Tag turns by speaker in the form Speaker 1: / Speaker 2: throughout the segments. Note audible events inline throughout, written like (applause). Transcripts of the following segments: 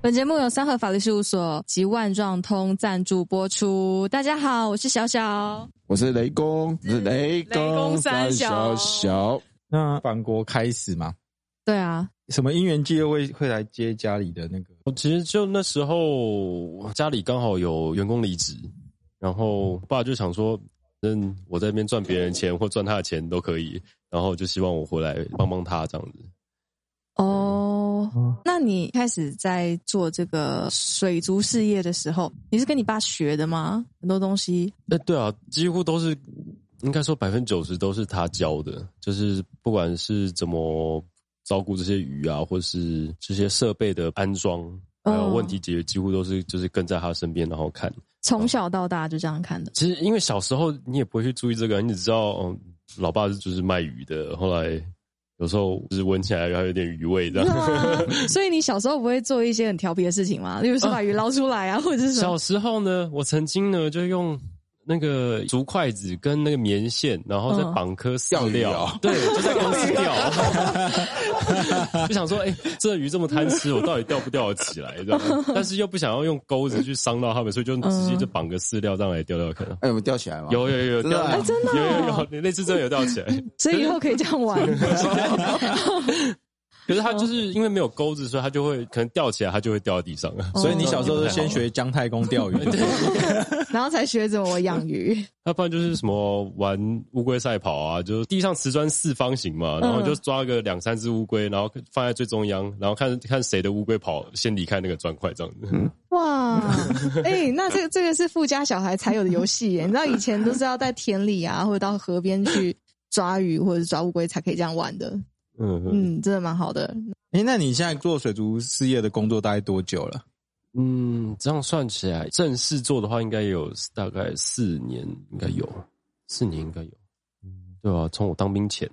Speaker 1: 本节目由三和法律事务所及万状通赞助播出。大家好，我是小小。
Speaker 2: 我是雷公，我是雷
Speaker 1: 雷公三小
Speaker 2: 小小，
Speaker 3: 那反国开始嘛，
Speaker 1: 对啊，
Speaker 3: 什么因缘际会会来接家里的那个？
Speaker 4: 我其实就那时候家里刚好有员工离职，然后爸就想说，反正我在那边赚别人钱或赚他的钱都可以，然后就希望我回来帮帮他这样子。
Speaker 1: 哦、那你开始在做这个水族事业的时候，你是跟你爸学的吗？很多东西
Speaker 4: 哎，对啊，几乎都是应该说百分之九十都是他教的，就是不管是怎么照顾这些鱼啊，或是这些设备的安装，还有
Speaker 1: 嗯
Speaker 4: 问题解决，几乎都是就是跟在他身边，然后看。
Speaker 1: 从小到大就这样看的。 (laughs)
Speaker 4: 其实因为小时候你也不会去注意这个，你只知道，嗯，老爸就是卖鱼的，后来有时候就是闻起来然后有点鱼味
Speaker 1: (laughs)
Speaker 4: 这样。
Speaker 1: 那所以你小时候不会做一些很调皮的事情吗？例如说把鱼捞出来啊，或者是什么
Speaker 4: 小？时候呢，我曾经呢就用。那个竹筷子跟那个棉线，然后再
Speaker 1: 嗯
Speaker 4: 绑颗
Speaker 2: 钓
Speaker 4: 饲
Speaker 2: 鱼
Speaker 4: 料，
Speaker 2: 哦
Speaker 4: 对，就在公司
Speaker 2: (laughs)
Speaker 4: 钓。就想说，哎、这鱼这么贪吃，我到底钓不钓得起来？这样，但是又不想要用钩子去伤到它们，所以就直接就绑个饲料这样来钓钓看。
Speaker 2: 哎，我们吊起来吗？
Speaker 4: 有有有
Speaker 2: 真的
Speaker 4: 钓，
Speaker 2: 啊哎
Speaker 1: 真的哦
Speaker 4: 有有有，你那次真的有钓起来。
Speaker 1: 所以以后可以这样 (laughs) 玩。
Speaker 4: 可是它就是因为没有钩子，所以它就会可能吊起来，它就会掉在地上了。
Speaker 3: 所以你小时候是先学姜太公钓鱼， (laughs)
Speaker 1: 然后才学怎么养鱼。
Speaker 4: 要不然就是什么玩乌龟赛跑啊，就是地上瓷砖四方形嘛，然后就抓个两三只乌龟，然后放在最中央，然后看 (laughs) 看谁的乌龟跑先离开那个砖块这样子。 (laughs)
Speaker 1: 哇，哎、那这个这个是富家小孩才有的游戏
Speaker 4: (laughs)
Speaker 1: 耶！你知道以前都是要在田里啊，或者到河边去抓鱼或者是抓乌龟才可以这样玩的。
Speaker 4: 嗯嗯
Speaker 1: 嗯，真的蛮好的。
Speaker 3: 哎、那你现在做水族事业的工作大概多久了？
Speaker 4: 嗯，这样算起来，正式做的话应该有大概四年，应该有四年应该有。嗯，对啊，从我当兵前，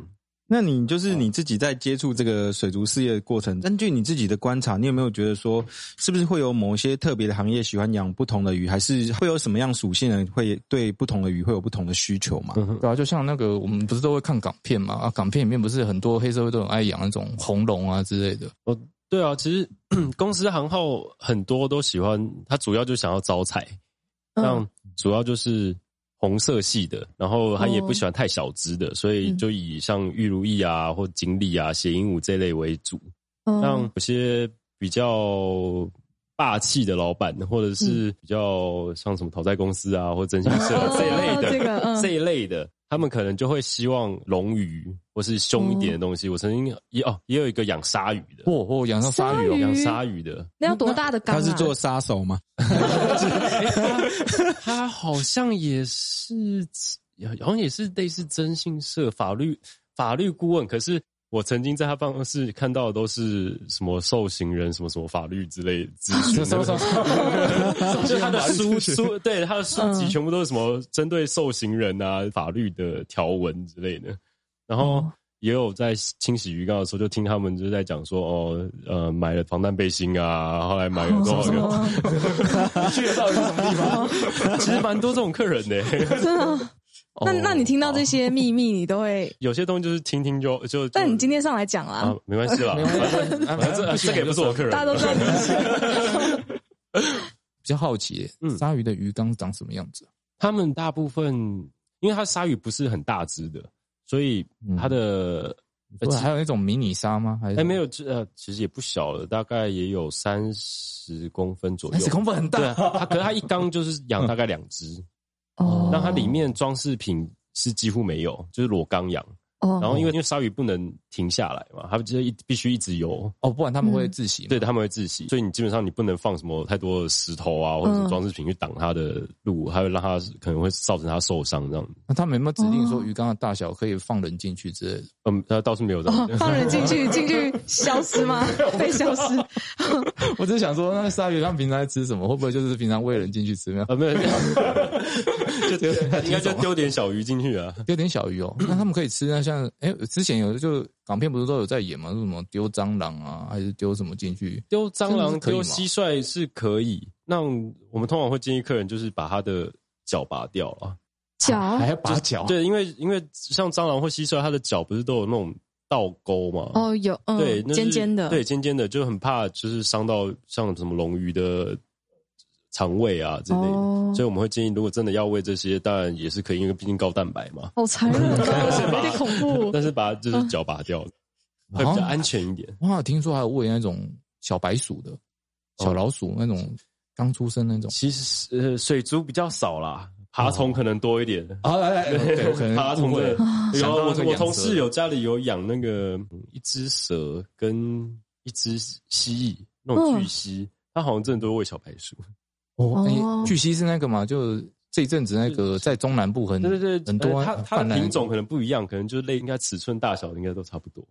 Speaker 3: 那你就是你自己在接触这个水族事业的过程，根据你自己的观察，你有没有觉得说，是不是会有某些特别的行业喜欢养不同的鱼，还是会有什么样属性的人会对不同的鱼会有不同的需求嘛？
Speaker 5: 对啊，就像那个我们不是都会看港片嘛？啊，港片里面不是很多黑社会都很爱养那种红龙啊之类的。
Speaker 4: 对啊，其实 (clears throat) 公司行号很多都喜欢，他主要就想要招财，
Speaker 1: 嗯
Speaker 4: 像主要就是红色系的，然后他
Speaker 1: 哦
Speaker 4: 也不喜欢太小只的，所以
Speaker 1: 嗯
Speaker 4: 就以像玉如意啊或锦鲤啊、血鹦鹉这类为主。像
Speaker 1: 嗯
Speaker 4: 有些比较霸气的老板，或者是比较像什么讨债公司啊或征信社
Speaker 1: 嗯
Speaker 4: 啊、
Speaker 1: 哦
Speaker 4: 这一类的，
Speaker 1: 这个嗯
Speaker 4: 一类的。他们可能就会希望龙鱼或是凶一点
Speaker 1: 哦
Speaker 4: 的东西。我曾经也哦，也有一个养鲨鱼的，
Speaker 5: 哇、哦，我养上鲨鱼
Speaker 1: 鲨鱼
Speaker 5: 哦，
Speaker 4: 养鲨鱼的，
Speaker 1: 那要多大的缸、啊？
Speaker 3: 他是做杀手吗？
Speaker 4: 他好像也是，好像也是类似征信社法律法律顾问，可是。我曾经在他办公室看到的都是什么受刑人、什么什么法律之类资讯，
Speaker 5: 啊 (laughs) 什么什么
Speaker 4: 就他的书书对他的书籍全部都是什么针对受刑人啊、法律的条文之类的。然后
Speaker 5: 哦
Speaker 4: 也有在清洗鱼缸的时候，就听他们就是在讲说哦，呃，买了防弹背心啊，后来买了
Speaker 5: 哦
Speaker 4: 多少个，你 (laughs) 去得到底是什么地方？ (laughs) 其实蛮多这种客人的、
Speaker 1: 哦真的。哦
Speaker 4: 哦
Speaker 1: 那那你听到这些秘密，你都会？
Speaker 4: 有些东西就是听听就就，就
Speaker 1: 但你今天上来讲啦，
Speaker 4: 啊， (laughs) (laughs) 没关系啦，
Speaker 5: (laughs) 没
Speaker 4: 反正这这个也 (laughs) 不是我客人，
Speaker 1: 大家都知道你是
Speaker 4: (laughs)
Speaker 5: 比较好奇，
Speaker 4: 嗯
Speaker 5: 鲨鱼的鱼缸长什么样子？
Speaker 4: 他们大部分，因为它鲨鱼不是很大只的，所以它的、呃
Speaker 5: 不
Speaker 4: 其
Speaker 5: 是还有那种迷你鲨吗？还是
Speaker 4: 哎，没有，这呃，其实也不小了，大概也有三十公分左右。
Speaker 5: 30公分很大
Speaker 4: 对啊，它可是它一缸就是养大概两 (laughs) 只，
Speaker 1: 哦
Speaker 4: 那它里面装饰品是几乎没有，就是裸缸养。
Speaker 1: 哦，
Speaker 4: 然后因为因为鲨鱼不能停下来嘛，它就一必须一直游，
Speaker 5: 哦，不然他们会窒息嘛。
Speaker 4: 对，它们会窒息，所以你基本上你不能放什么太多的石头啊或者什么装饰品去挡它的路，它会让它可能会造成它受伤这样。
Speaker 5: 那他们有没有指定说
Speaker 1: 哦
Speaker 5: 鱼缸的大小可以放人进去之类的？ (laughs)
Speaker 4: 嗯，它倒是没有这样 (laughs)
Speaker 1: 哦，放人进去，进去消失吗？被消失？
Speaker 5: 我只是想说，那鲨鱼它们平常在吃什么？会不会就是平常喂人进去吃？没有
Speaker 4: 啊，没有，就丢， (laughs) 应该就丢点小鱼进去啊。
Speaker 5: 丢点小鱼哦，那他们可以吃那像哎、之前有就港片不是都有在演嘛，说什么丢蟑螂啊，还是丢什么进去？
Speaker 4: 丢蟑
Speaker 5: 真的
Speaker 4: 螂、
Speaker 5: 是可以
Speaker 4: 丢
Speaker 5: 吗
Speaker 4: 蟋蟀是可以。那我们通常会建议客人就是把它的脚拔掉啊。
Speaker 1: 脚
Speaker 5: 要拔脚
Speaker 4: 对，因为因为像蟑螂或蟋蟀，它的脚不是都有那种倒钩嘛。
Speaker 1: 哦，有，嗯，
Speaker 4: 对，那是
Speaker 1: 尖尖的，
Speaker 4: 对，尖尖的，就很怕就是伤到像什么龙鱼的肠胃啊之类的。
Speaker 1: 哦
Speaker 4: 所以我们会建议，如果真的要喂这些，当然也是可以，因为毕竟高蛋白嘛。
Speaker 1: 好残忍
Speaker 4: (laughs)
Speaker 1: 哦，有点恐怖。
Speaker 4: 但是把它就是脚拔掉，
Speaker 1: 嗯
Speaker 4: 会比较安全一点。
Speaker 5: 我好像听说还有喂那种小白鼠的、
Speaker 4: 哦
Speaker 5: 小老鼠那种刚出生那种
Speaker 4: 其实呃，水族比较少啦，爬虫可能多一点。
Speaker 5: 啊，来来， (laughs)
Speaker 4: (laughs)
Speaker 5: 对，我可能
Speaker 4: 爬虫
Speaker 5: 误会
Speaker 4: 的
Speaker 5: 了
Speaker 4: 有
Speaker 5: 想
Speaker 4: 啊
Speaker 5: 到
Speaker 4: 我
Speaker 5: 那个
Speaker 4: 我
Speaker 5: 养
Speaker 4: 同
Speaker 5: 蛇
Speaker 4: 事有家里有养那个嗯一只蛇跟一只蜥蜴，那种巨蜥，
Speaker 1: 嗯
Speaker 4: 它好像真的都会喂小白鼠。
Speaker 5: 哦，
Speaker 1: 哦
Speaker 5: 哎，巨蜥是那个嘛，就这一阵子那个在中南部很
Speaker 4: 对对对，
Speaker 5: 嗯很多
Speaker 4: 呃它它
Speaker 5: 泛
Speaker 4: 的
Speaker 5: 滥
Speaker 4: 品种可能不一样，可能就是类应该尺寸大小应该都差不多。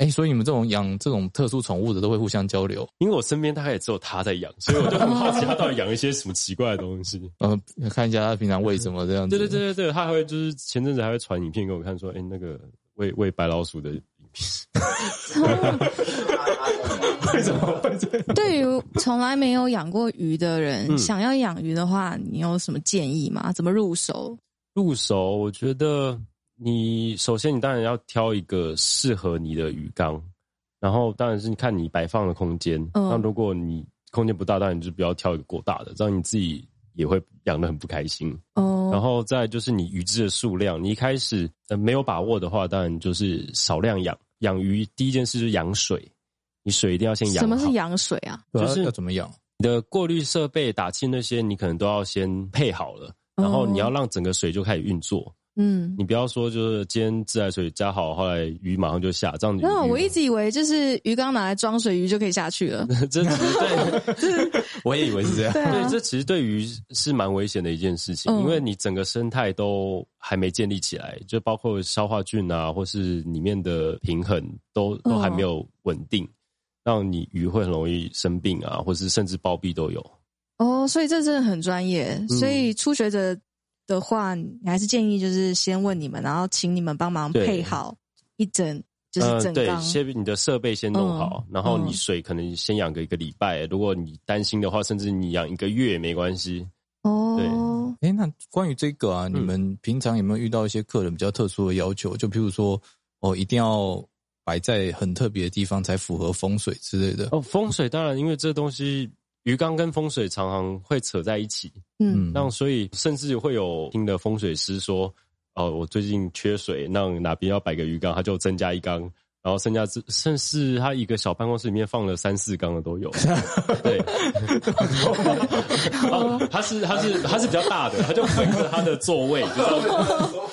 Speaker 5: 哎，所以你们这种养这种特殊宠物的都会互相交流， (laughs)
Speaker 4: 因为我身边大概也只有他在养，所以我就很好奇他到底养一些什么奇怪的东
Speaker 5: (laughs)
Speaker 4: 西。
Speaker 5: 呃，看一下它平常喂什么这样子。
Speaker 4: 对对对对对，他还会就是前阵子还会传影片给我看，说哎、诶那个喂喂白老鼠的影片，
Speaker 1: 对于从来没有养过鱼的人，
Speaker 4: 嗯
Speaker 1: 想要养鱼的话，你有什么建议吗？怎么入手？
Speaker 4: 入手，我觉得你首先你当然要挑一个适合你的鱼缸，然后当然是你看你摆放的空间。
Speaker 1: 嗯
Speaker 4: 那如果你空间不大，当然你就不要挑一个过大的，这样你自己也会养的很不开心。
Speaker 1: 哦，
Speaker 4: 然后再就是你鱼只的数量，你一开始呃没有把握的话，当然就是少量养养鱼。第一件事就是养水，你水一定要先养
Speaker 1: 什
Speaker 4: 好。
Speaker 1: 么是养水啊？
Speaker 5: 对啊，
Speaker 4: 就是
Speaker 5: 要怎么养？
Speaker 4: 你的过滤设备、打气那些，你可能都要先配好了，然后你要让整个水就开始运作。
Speaker 1: 哦嗯，
Speaker 4: 你不要说就是今天自来水加好，后来鱼马上就下，这样你
Speaker 1: 那啊我一直以为就是鱼缸拿来装水鱼就可以下去
Speaker 4: (laughs)
Speaker 1: 了。
Speaker 4: 这其
Speaker 1: (laughs)
Speaker 4: 实对 (laughs)
Speaker 3: 我也以为是这样。
Speaker 1: 对
Speaker 4: 对
Speaker 1: 啊，
Speaker 4: 这其实对鱼是蛮危险的一件事
Speaker 1: 嗯
Speaker 4: 情，因为你整个生态都还没建立起来，就包括消化菌啊，或是里面的平衡都都
Speaker 1: 嗯
Speaker 4: 还没有稳定，让你鱼会很容易生病啊，或是甚至暴毙都有。
Speaker 1: 哦，所以这真的很专业。
Speaker 4: 嗯
Speaker 1: 所以初学者的话，你还是建议就是先问你们，然后请你们帮忙
Speaker 4: 对
Speaker 1: 配好一整，就是
Speaker 4: 嗯，
Speaker 1: 整
Speaker 4: 对，
Speaker 1: 缸。
Speaker 4: 先你的设备先弄好，
Speaker 1: 嗯
Speaker 4: 然后你
Speaker 1: 嗯
Speaker 4: 水可能先养个一个礼拜，如果你担心的话，甚至你养一个月也没关系。
Speaker 1: 哦，
Speaker 5: 哎，那关于这个啊，
Speaker 4: 嗯
Speaker 5: 你们平常有没有遇到一些客人比较特殊的要求？就譬如说，哦，一定要摆在很特别的地方才符合风水之类的。
Speaker 4: 哦，风水当然，因为这东西鱼缸跟风水常常会扯在一起，
Speaker 1: 嗯，
Speaker 4: 那所以甚至会有听的风水师说，哦，我最近缺水，那哪边要摆个鱼缸，他就增加一缸，然后剩下这甚至他一个小办公室里面放了三四缸的
Speaker 1: (laughs)
Speaker 4: 都有，对， (laughs) 哦，他是他是他是比较大的，他就配合他的座位，就是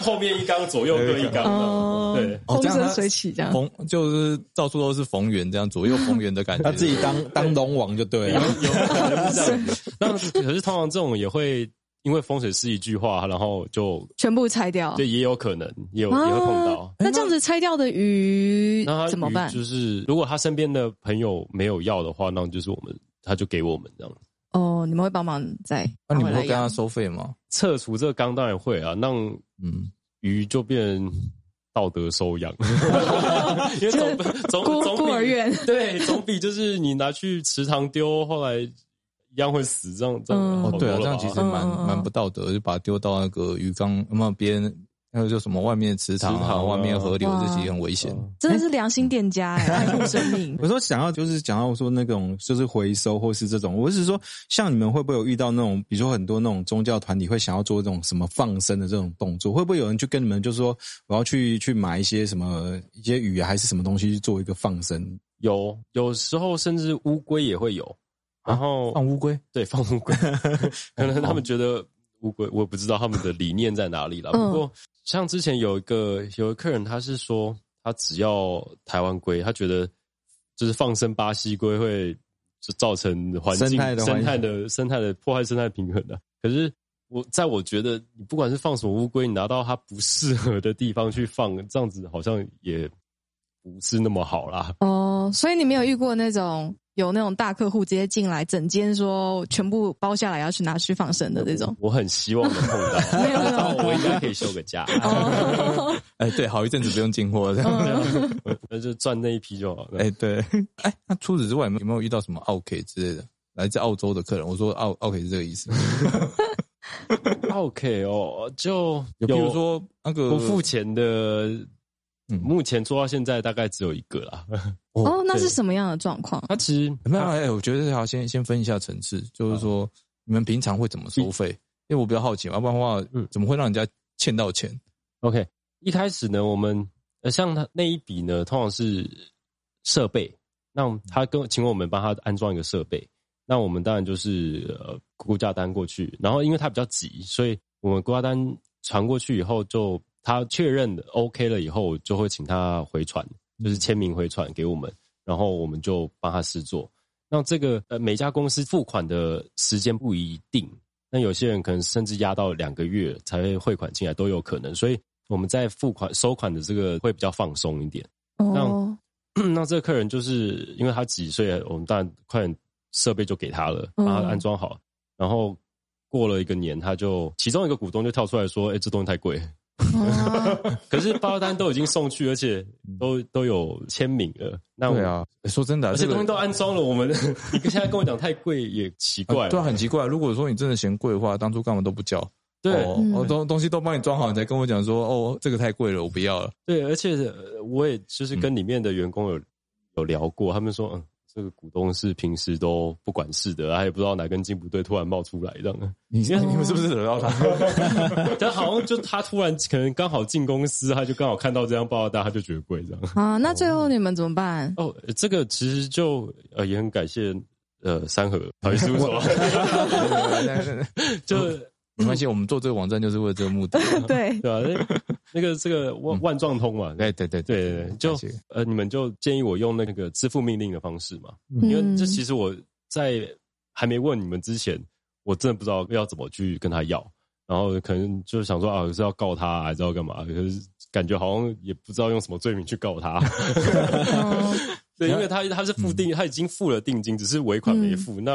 Speaker 4: 后面一缸，左右各一缸
Speaker 1: 哦
Speaker 4: 的，对。
Speaker 5: 哦
Speaker 1: 风
Speaker 5: 这样
Speaker 1: 生
Speaker 5: 它
Speaker 1: 水起这样。
Speaker 5: 逢就是到处都是逢源，这样左右逢源的 (laughs) 感觉。
Speaker 3: 他自己当当龙王就对
Speaker 4: 有
Speaker 3: 了。
Speaker 4: 有可能是这样。那可是通常这种也会因为风水师一句话，然后就
Speaker 1: 全部拆掉，
Speaker 4: 对也有可能，也有
Speaker 1: 哦啊，
Speaker 4: 也会碰到。
Speaker 1: 那这样子拆掉的 (laughs) 鱼
Speaker 4: 那他
Speaker 1: 怎么
Speaker 4: 鱼
Speaker 1: 办？
Speaker 4: 就是如果他身边的朋友没有要的话，那就是我们他就给我们这样。
Speaker 1: 哦，你们会帮忙再
Speaker 5: 那你
Speaker 1: 拿回
Speaker 5: 们会
Speaker 1: 来
Speaker 5: 跟他
Speaker 1: 养
Speaker 5: 收费吗？
Speaker 4: 撤除这个缸当然会啊，让
Speaker 5: 嗯，
Speaker 4: 鱼就变道德收养， (laughs) 因为总总
Speaker 1: 孤
Speaker 4: 总比
Speaker 1: 孤儿院
Speaker 4: 对总比就是你拿去池塘丢，后来一样会死这样这样
Speaker 1: 嗯
Speaker 4: 好
Speaker 5: 哦，
Speaker 4: 多
Speaker 5: 对啊，
Speaker 4: 了
Speaker 5: 这样
Speaker 4: 吧
Speaker 5: 其实蛮
Speaker 1: 嗯嗯嗯
Speaker 5: 蛮不道德的，就把它丢到那个鱼缸，那么别人那个叫什么外面池塘
Speaker 4: 池
Speaker 5: 啊，
Speaker 4: 塘啊
Speaker 5: 外面河流
Speaker 1: 哇
Speaker 5: 这些很危险。
Speaker 1: (laughs) 真的是良心店家 (laughs) 哎，爱护生命
Speaker 3: 我说想要就是想要说那种就是回收或是这种，我是说像你们会不会有遇到那种，比如说很多那种宗教团体会想要做这种什么放生的这种动作，会不会有人去跟你们就说我要去去买一些什么一些鱼啊还是什么东西去做一个放生？
Speaker 4: 有有时候甚至乌龟也会有，
Speaker 5: 啊
Speaker 4: 然后、
Speaker 5: 放乌龟，
Speaker 4: 对放
Speaker 3: (laughs)
Speaker 4: 乌龟，可能他们觉得乌龟，我不知道他们的理念在哪里了。
Speaker 1: 嗯
Speaker 4: 不过像之前有一个有一个客人，他是说他只要台湾龟，他觉得就是放生巴西龟会就造成环境
Speaker 3: 生态的环
Speaker 4: 生态的生态的破坏生态平衡的、可是我在我觉得，你不管是放什么乌龟，你拿到它不适合的地方去放，这样子好像也不是那么好啦。
Speaker 1: 哦。所以你没有遇过那种有那种大客户直接进来，整间说全部包下来要去拿去放生的这种。
Speaker 4: 我很希望能碰
Speaker 1: (laughs)
Speaker 4: 到，
Speaker 1: 没有没有
Speaker 4: 但 (laughs) 我应该可以休个假，
Speaker 1: (laughs) 哦，
Speaker 5: 哎，对，好一阵子不用进货这
Speaker 1: 嗯
Speaker 5: 样。
Speaker 4: 那就赚那一批就好了。
Speaker 5: (laughs) 哎，对，哎，那除此之外有没有有没有遇到什么澳 K 之类的？来自澳洲的客人，我说澳澳 K 是这个意思。
Speaker 4: OK 哦，就
Speaker 5: 有，比如说那个呃嗯
Speaker 4: 不付钱的目前做到现在大概只有一个啦。 (laughs)
Speaker 1: 哦，那是什么样的状况？
Speaker 4: 它其实
Speaker 5: 没有，哎、我觉得好，先先分一下层次，就是说、你们平常会怎么收费？因为我比较好奇嘛，要啊不然的话，
Speaker 4: 嗯
Speaker 5: 怎么会让人家欠到钱？
Speaker 4: OK，一开始呢，我们呃像他那一笔呢，通常是设备，那我们他跟请我们帮他安装一个设备，那我们当然就是呃估价单过去，然后因为他比较急，所以我们估价单传过去以后就，他确认的 OK 了以后，我就会请他回传，就是签名回传给我们，然后我们就帮他试做。那这个呃每家公司付款的时间不一定，那有些人可能甚至压到两个月才会汇款进来都有可能，所以我们在付款收款的这个会比较放松一点。 (clears throat)
Speaker 1: 哦，
Speaker 4: 那这个客人就是因为他几岁，我们当然快点设备就给他了，
Speaker 1: 嗯
Speaker 4: 帮他安装好，然后过了一个年，他就其中一个股东就跳出来说：“哎、这东西太贵。
Speaker 1: (laughs) 哦”
Speaker 4: 可是报价单都已经送去，而且
Speaker 5: (laughs)
Speaker 4: 都都有签名了，那我
Speaker 5: 对。啊，哎说真的、啊，
Speaker 4: 而
Speaker 5: 这
Speaker 4: 且
Speaker 5: 个
Speaker 4: 东西都安装了，我们 (laughs) 你现在跟我讲太贵也奇怪
Speaker 5: 啊，对啊，很奇怪。如果说你真的嫌贵的话，当初干嘛都不叫？
Speaker 4: 对
Speaker 5: 哦
Speaker 1: 嗯
Speaker 5: 哦，东东西都帮你装好，你才跟我讲说，哦，这个太贵了，我不要了。
Speaker 4: 对，而且呃我也就是跟里面的员工有、有聊过，他们说，嗯，这个股东是平时都不管事的，他也不知道哪根筋不对，突然冒出来这样。 (laughs)
Speaker 5: 你你们是不是惹到他？
Speaker 4: 但好像就他突然可能刚好进公司，他就刚好看到这张报单，他就觉得贵这样。
Speaker 1: 啊，那最后你们怎么办？
Speaker 4: 哦，这个其实就呃也很感谢呃三和法律事务所， (laughs) 就
Speaker 5: 没关系，我们做这个网站就是为了这个
Speaker 4: (laughs)
Speaker 5: 目的。
Speaker 1: 对，
Speaker 4: 对啊？那那个这个万万状通嘛，
Speaker 5: 对对对
Speaker 4: 嗯对对对，就
Speaker 5: 感谢
Speaker 4: 呃，你们就建议我用那个支付命令的方式嘛，
Speaker 1: 嗯
Speaker 4: 因为这其实我在还没问你们之前，我真的不知道要怎么去跟他要，然后可能就想说啊是要告他还是要干嘛，可是感觉好像也不知道用什么罪名去告他， (laughs)
Speaker 1: 嗯
Speaker 4: 对，因为他他是付定，他已经付了定金，只是尾款
Speaker 1: 嗯
Speaker 4: 没付，那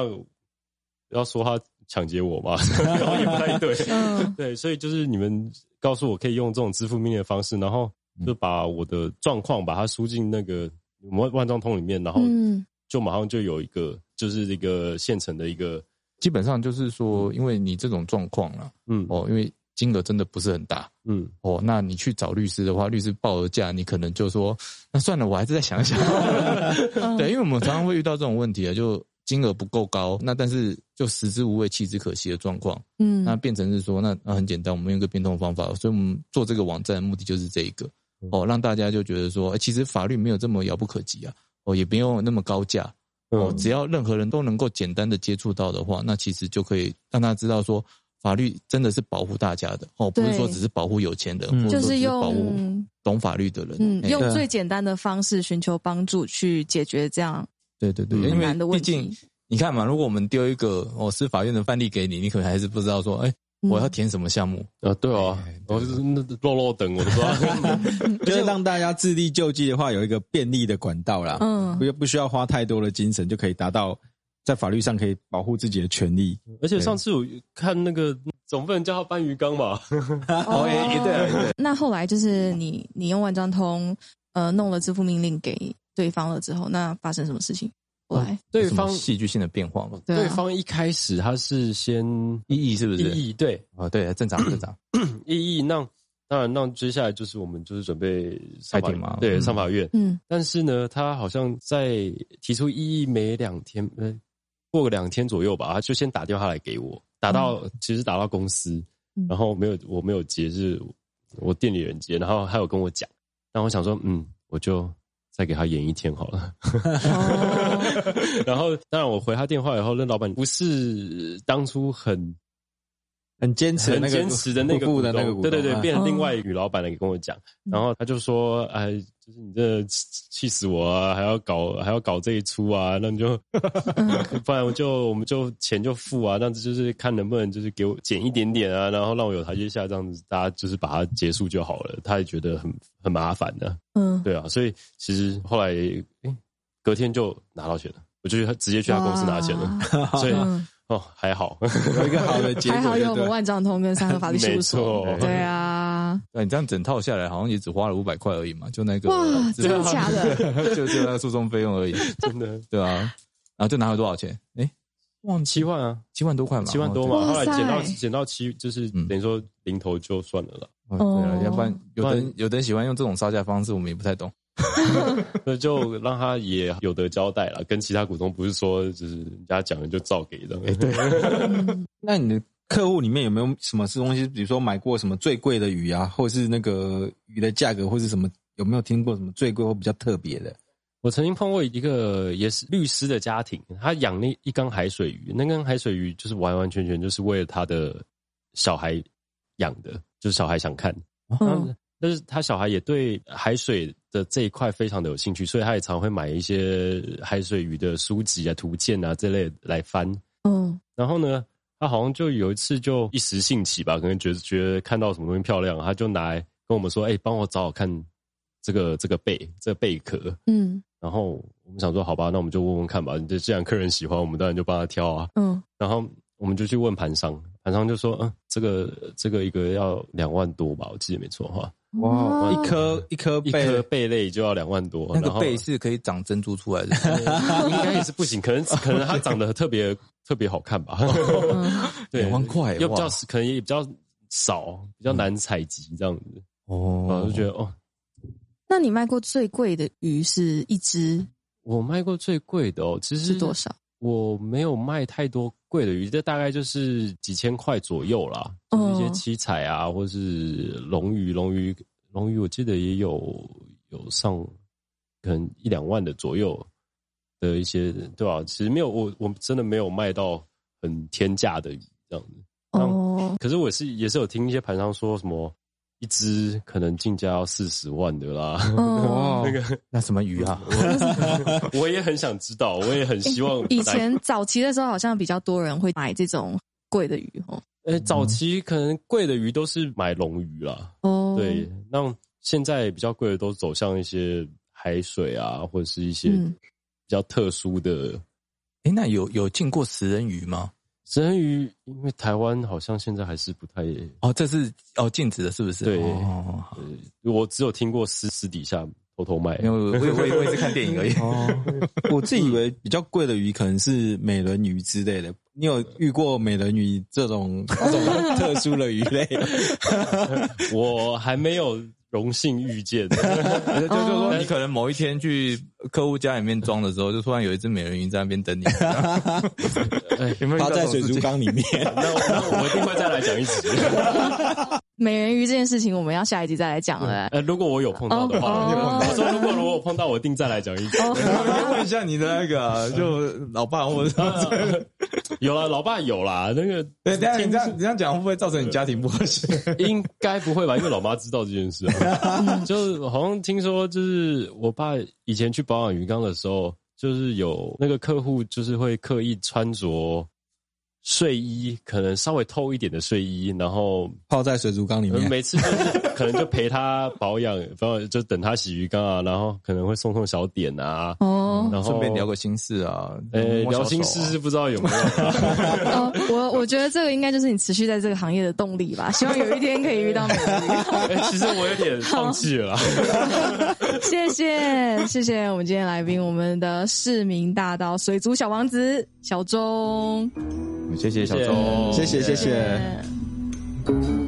Speaker 4: 要说他抢劫我嘛， (laughs) 然后也不太
Speaker 1: (laughs)
Speaker 4: 对， (laughs)
Speaker 1: 嗯
Speaker 4: 对，所以就是你们告诉我可以用这种支付命令的方式，然后就把我的状况把它输进那个万万状通里面，然后
Speaker 1: 嗯
Speaker 4: 就马上就有一个就是一个现成的一个
Speaker 5: 基本上就是说，因为你这种状况啦，
Speaker 4: 嗯
Speaker 5: 哦，因为金额真的不是很大
Speaker 4: 嗯，
Speaker 5: 哦，那你去找律师的话，律师报了价，你可能就说，那算了，我还是再想想。 (laughs)
Speaker 1: 嗯
Speaker 5: 对，因为我们常常会遇到这种问题啊，就金额不够高，那但是就食之无味，弃之可惜的状况，那
Speaker 1: 嗯
Speaker 5: 变成是说，那那很简单，我们用一个变通方法，所以我们做这个网站的目的就是这一个哦，让大家就觉得说，诶哎其实法律没有这么遥不可及啊，哦，也不用那么高价
Speaker 4: 嗯
Speaker 5: 哦，只要任何人都能够简单的接触到的
Speaker 1: 嗯
Speaker 5: 话，那其实就可以让他知道说，法律真的是保护大家的哦，不是说
Speaker 1: 对
Speaker 5: 只是保护有钱人，
Speaker 3: 嗯
Speaker 5: 或者
Speaker 1: 就
Speaker 5: 说只
Speaker 1: 是
Speaker 5: 是保护哎
Speaker 1: 用
Speaker 5: 懂法律的人，
Speaker 1: 嗯
Speaker 5: 嘿
Speaker 1: 用最简单的方式寻求帮助去解决这样
Speaker 5: 对对对，
Speaker 4: 嗯
Speaker 5: 因
Speaker 1: 很难的
Speaker 5: 为
Speaker 1: 问
Speaker 5: 毕竟
Speaker 1: 题
Speaker 5: 你看嘛，如果我们丢一个哦司法院的范例给你，你可能还是不知道说，哎，我要
Speaker 1: 嗯
Speaker 5: 填什么项目，
Speaker 4: 啊对啊
Speaker 5: 哎，
Speaker 4: 我就是那肉肉等我都不知 (laughs) 道，
Speaker 3: 就是让大家自力救济的话，有一个便利的管道啦，
Speaker 1: 嗯
Speaker 3: 不要不需要花太多的精神就可以达到在法律上可以保护自己的权利。
Speaker 4: 而且上次我看那个总不能叫他搬鱼缸吧，
Speaker 1: 哦，也对。那后来就是你你用万张通呃弄了支付命令给对方了之后，那发生什么事情？后来
Speaker 4: (laughs) 对
Speaker 5: 有什么
Speaker 4: 方
Speaker 5: 戏剧性的变化嘛，
Speaker 1: 对啊
Speaker 4: 对方一开始他是先
Speaker 5: 意义是不是？
Speaker 4: 异议对
Speaker 5: 啊，对，正常正常，
Speaker 4: 异议那。当然，那接下来就是我们就是准备上法
Speaker 5: 开庭嘛
Speaker 4: 对，
Speaker 5: 嗯
Speaker 4: 上法院。
Speaker 1: 嗯
Speaker 4: 但是呢，他好像在提出异议没两天，呃，过个两天左右吧，他就先打电话来给我，打到、其实打到公司
Speaker 1: 嗯，
Speaker 4: 然后没有我没有接，是我店里人接，然后还有跟我讲，然后我想说，嗯，我就再给他演一天好了。
Speaker 1: 哦
Speaker 4: (laughs) 然后当然我回他电话以后，那老板不是当初很
Speaker 3: 很坚持的
Speaker 4: 很
Speaker 3: 那个
Speaker 4: 坚持的那个
Speaker 3: 不
Speaker 4: 股
Speaker 3: 顾
Speaker 4: 东
Speaker 3: 的那个股
Speaker 4: 对
Speaker 3: 东，
Speaker 4: 对对，
Speaker 3: 啊
Speaker 4: 变成另外一个女老板来给跟我讲，然后他就说，哎，就是你这气气死我啊，还要搞还要搞这一出啊，那你就， (laughs) 不然我就我们就钱就付啊，那就是看能不能就是给我减一点点啊，然后让我有台阶下，这样子大家就是把它结束就好了，他也觉得很很麻烦的、
Speaker 1: 嗯，
Speaker 4: 对啊，所以其实后来，哎，隔天就拿到钱了，我就去他直接去他公司拿钱了，所以
Speaker 1: 嗯
Speaker 4: 哦还好。 (laughs)
Speaker 3: 有一个好的结果
Speaker 1: 还
Speaker 3: 就对了，
Speaker 1: 好有我们万丈通跟三和法律事务
Speaker 4: 没
Speaker 1: 所，
Speaker 4: 错
Speaker 1: 对啊，
Speaker 5: 那你这样整套下来好像也只花了五百块而已 (laughs) 嘛，就那个
Speaker 1: 哇，真的假
Speaker 5: 啊
Speaker 1: 的？
Speaker 5: 就就那个诉讼费用而已，
Speaker 4: 真的
Speaker 5: 对啊，然后就拿了多少钱？哎，忘记
Speaker 4: 七万啊，
Speaker 5: 七万多块嘛，
Speaker 4: 七万多嘛，
Speaker 5: 哦
Speaker 1: 哇
Speaker 4: 后来
Speaker 1: 塞
Speaker 4: 减到减到七，就是等于说零头就算了啦。
Speaker 5: 哦对啊
Speaker 1: 哦，
Speaker 5: 要不然有的
Speaker 4: 不然
Speaker 5: 人有的人喜欢用这种杀价方式，我们也不太 (laughs) 懂。
Speaker 4: 那就让他也有得交代了，跟其他股东不是说就是人家讲的就照给的，对，
Speaker 3: 那你的客户里面有没有什么是东西？比如说买过什么最贵的鱼啊，或是那个鱼的价格，或是什么？有没有听过什么最贵或比较特别的？
Speaker 4: (laughs) 我曾经碰过一个也是律师的家庭，他养了一缸海水鱼，那缸海水鱼就是完完全全就是为了他的小孩养的，就是小孩想看。
Speaker 1: 嗯
Speaker 4: 嗯，但是他小孩也对海水的这一块非常的有兴趣，所以他也常会买一些海水鱼的书籍啊、图鉴啊这类来翻。
Speaker 1: 嗯
Speaker 4: 然后呢，他好像就有一次就一时兴起吧，可能觉得觉得看到什么东西漂亮，他就拿来跟我们说：“哎、帮我找找看这个这个贝这个贝壳。”
Speaker 1: 嗯
Speaker 4: 然后我们想说，好吧，那我们就问问看吧。这既然客人喜欢，我们当然就帮他挑啊。
Speaker 1: 嗯，
Speaker 4: 然后我们就去问盘商，盘商就说，嗯，这个这个一个要两万多吧，我记得没错的话，
Speaker 3: 哇，哦
Speaker 1: 哇
Speaker 3: 一颗一颗
Speaker 4: 一
Speaker 3: 贝
Speaker 4: 颗贝类就要两万多，
Speaker 5: 那
Speaker 4: 然
Speaker 5: 个
Speaker 4: 后
Speaker 5: 背是可以长珍珠出来的，
Speaker 4: 应该也是不行，可能可能它长得特别特别好
Speaker 3: (laughs)
Speaker 4: 看吧，
Speaker 1: 嗯
Speaker 4: 对，
Speaker 5: 两万块
Speaker 4: 又比较
Speaker 5: 哇嗯
Speaker 4: 可能也比较少，比较难采集这样子，然后
Speaker 5: 哦
Speaker 4: 就觉得哦，
Speaker 1: 那你卖过最贵的鱼是一只
Speaker 4: 我卖过最贵的哦，其实
Speaker 1: 是多少？
Speaker 4: 我没有卖太多贵的鱼，这大概就是几千块左右啦，就是一些
Speaker 1: 哦
Speaker 4: 七彩啊，或是龙鱼、龙鱼、龙鱼，我记得也有有上可能一两万的左右的一些，对吧、其实没有，我我真的没有卖到很天价的鱼这样子。
Speaker 1: 哦，
Speaker 4: 可是我是也是有听一些盘商说什么一只可能进价要四十万的啦，
Speaker 1: (laughs) 嗯，
Speaker 4: (laughs)
Speaker 5: 哦
Speaker 3: 那个
Speaker 5: 那什么鱼啊？
Speaker 4: 我也很想知道，我也很希望
Speaker 1: 以
Speaker 4: 来
Speaker 1: 前早期的时候好像比较多人会买这种贵的鱼哦。
Speaker 4: 呃，早期可能贵的鱼都是买龙鱼啦，
Speaker 1: 哦，
Speaker 4: 对，那现在比较贵的都走向一些海水啊，或者是一些
Speaker 1: 嗯
Speaker 4: 比较特殊的
Speaker 5: 哎，那有有进过食人鱼吗？
Speaker 4: 食人鱼，因为台湾好像现在还是不太，
Speaker 5: 哦，这是哦禁止的，是不是？
Speaker 4: 对
Speaker 5: 哦，好
Speaker 4: 我只有听过私私底下偷偷卖
Speaker 5: 因，为我我我我也是看电影而已。 (laughs)
Speaker 3: 哦，我自以为比较贵的鱼可能是美人鱼之类的。你有遇过美人鱼这种
Speaker 5: (laughs)
Speaker 3: 这种特殊的鱼类？
Speaker 4: 我还没有荣幸遇见。
Speaker 5: 就就是说，你可能某一天去客户家里面装的时候，就突然有一只美人鱼在那边 (laughs) 等你，哎有没有遇到
Speaker 3: 趴在
Speaker 5: (laughs) 这种
Speaker 3: 水
Speaker 5: 事
Speaker 3: 族
Speaker 5: 情
Speaker 3: 缸里面。 (laughs)
Speaker 4: 那我那我一定会再来讲一
Speaker 1: (laughs)
Speaker 4: 集。
Speaker 1: 美人鱼这件事情我们要下一集再来讲了。
Speaker 4: 呃，如果我有碰到的话，
Speaker 1: 哦
Speaker 4: 我说如果我有碰到，我一定再来讲一集。
Speaker 5: 你
Speaker 4: (laughs)
Speaker 5: 要问一下你的那个啊，就老爸或
Speaker 1: 哦
Speaker 5: 者
Speaker 4: 呃有啦，老爸有啦，那个
Speaker 3: 对，等一下你这样你这样讲会不会造成你家庭不和谐？
Speaker 4: 应该不会吧？因为老妈知道这件事、啊，就是好像听说，就是我爸以前去保养鱼缸的时候，就是有那个客户就是会刻意穿着睡衣，可能稍微透一点的睡衣，然后
Speaker 3: (laughs) 泡在水族缸里面。
Speaker 4: 呃每次就是可能就陪他保养，保养就等他洗鱼缸啊，然后可能会送送小点啊，
Speaker 1: 哦
Speaker 4: 然后
Speaker 5: 顺便聊。个心事啊，
Speaker 4: 呃、
Speaker 5: 摸小
Speaker 4: 聊心
Speaker 5: 手
Speaker 4: 事
Speaker 5: 啊
Speaker 4: 是不知道有没 (laughs) 有啊、
Speaker 1: 哦，我我觉得这个应该就是你持续在这个行业的动力吧。希望有一天可以遇到美
Speaker 4: (laughs)
Speaker 1: 人鱼。
Speaker 4: 哎其实我有点放弃了啦。
Speaker 1: 谢谢谢谢我们今天来宾，我们的市民大道水族小王子小钟，
Speaker 5: 嗯谢谢小
Speaker 4: 谢谢
Speaker 5: 周，
Speaker 2: 谢谢谢谢。
Speaker 1: 谢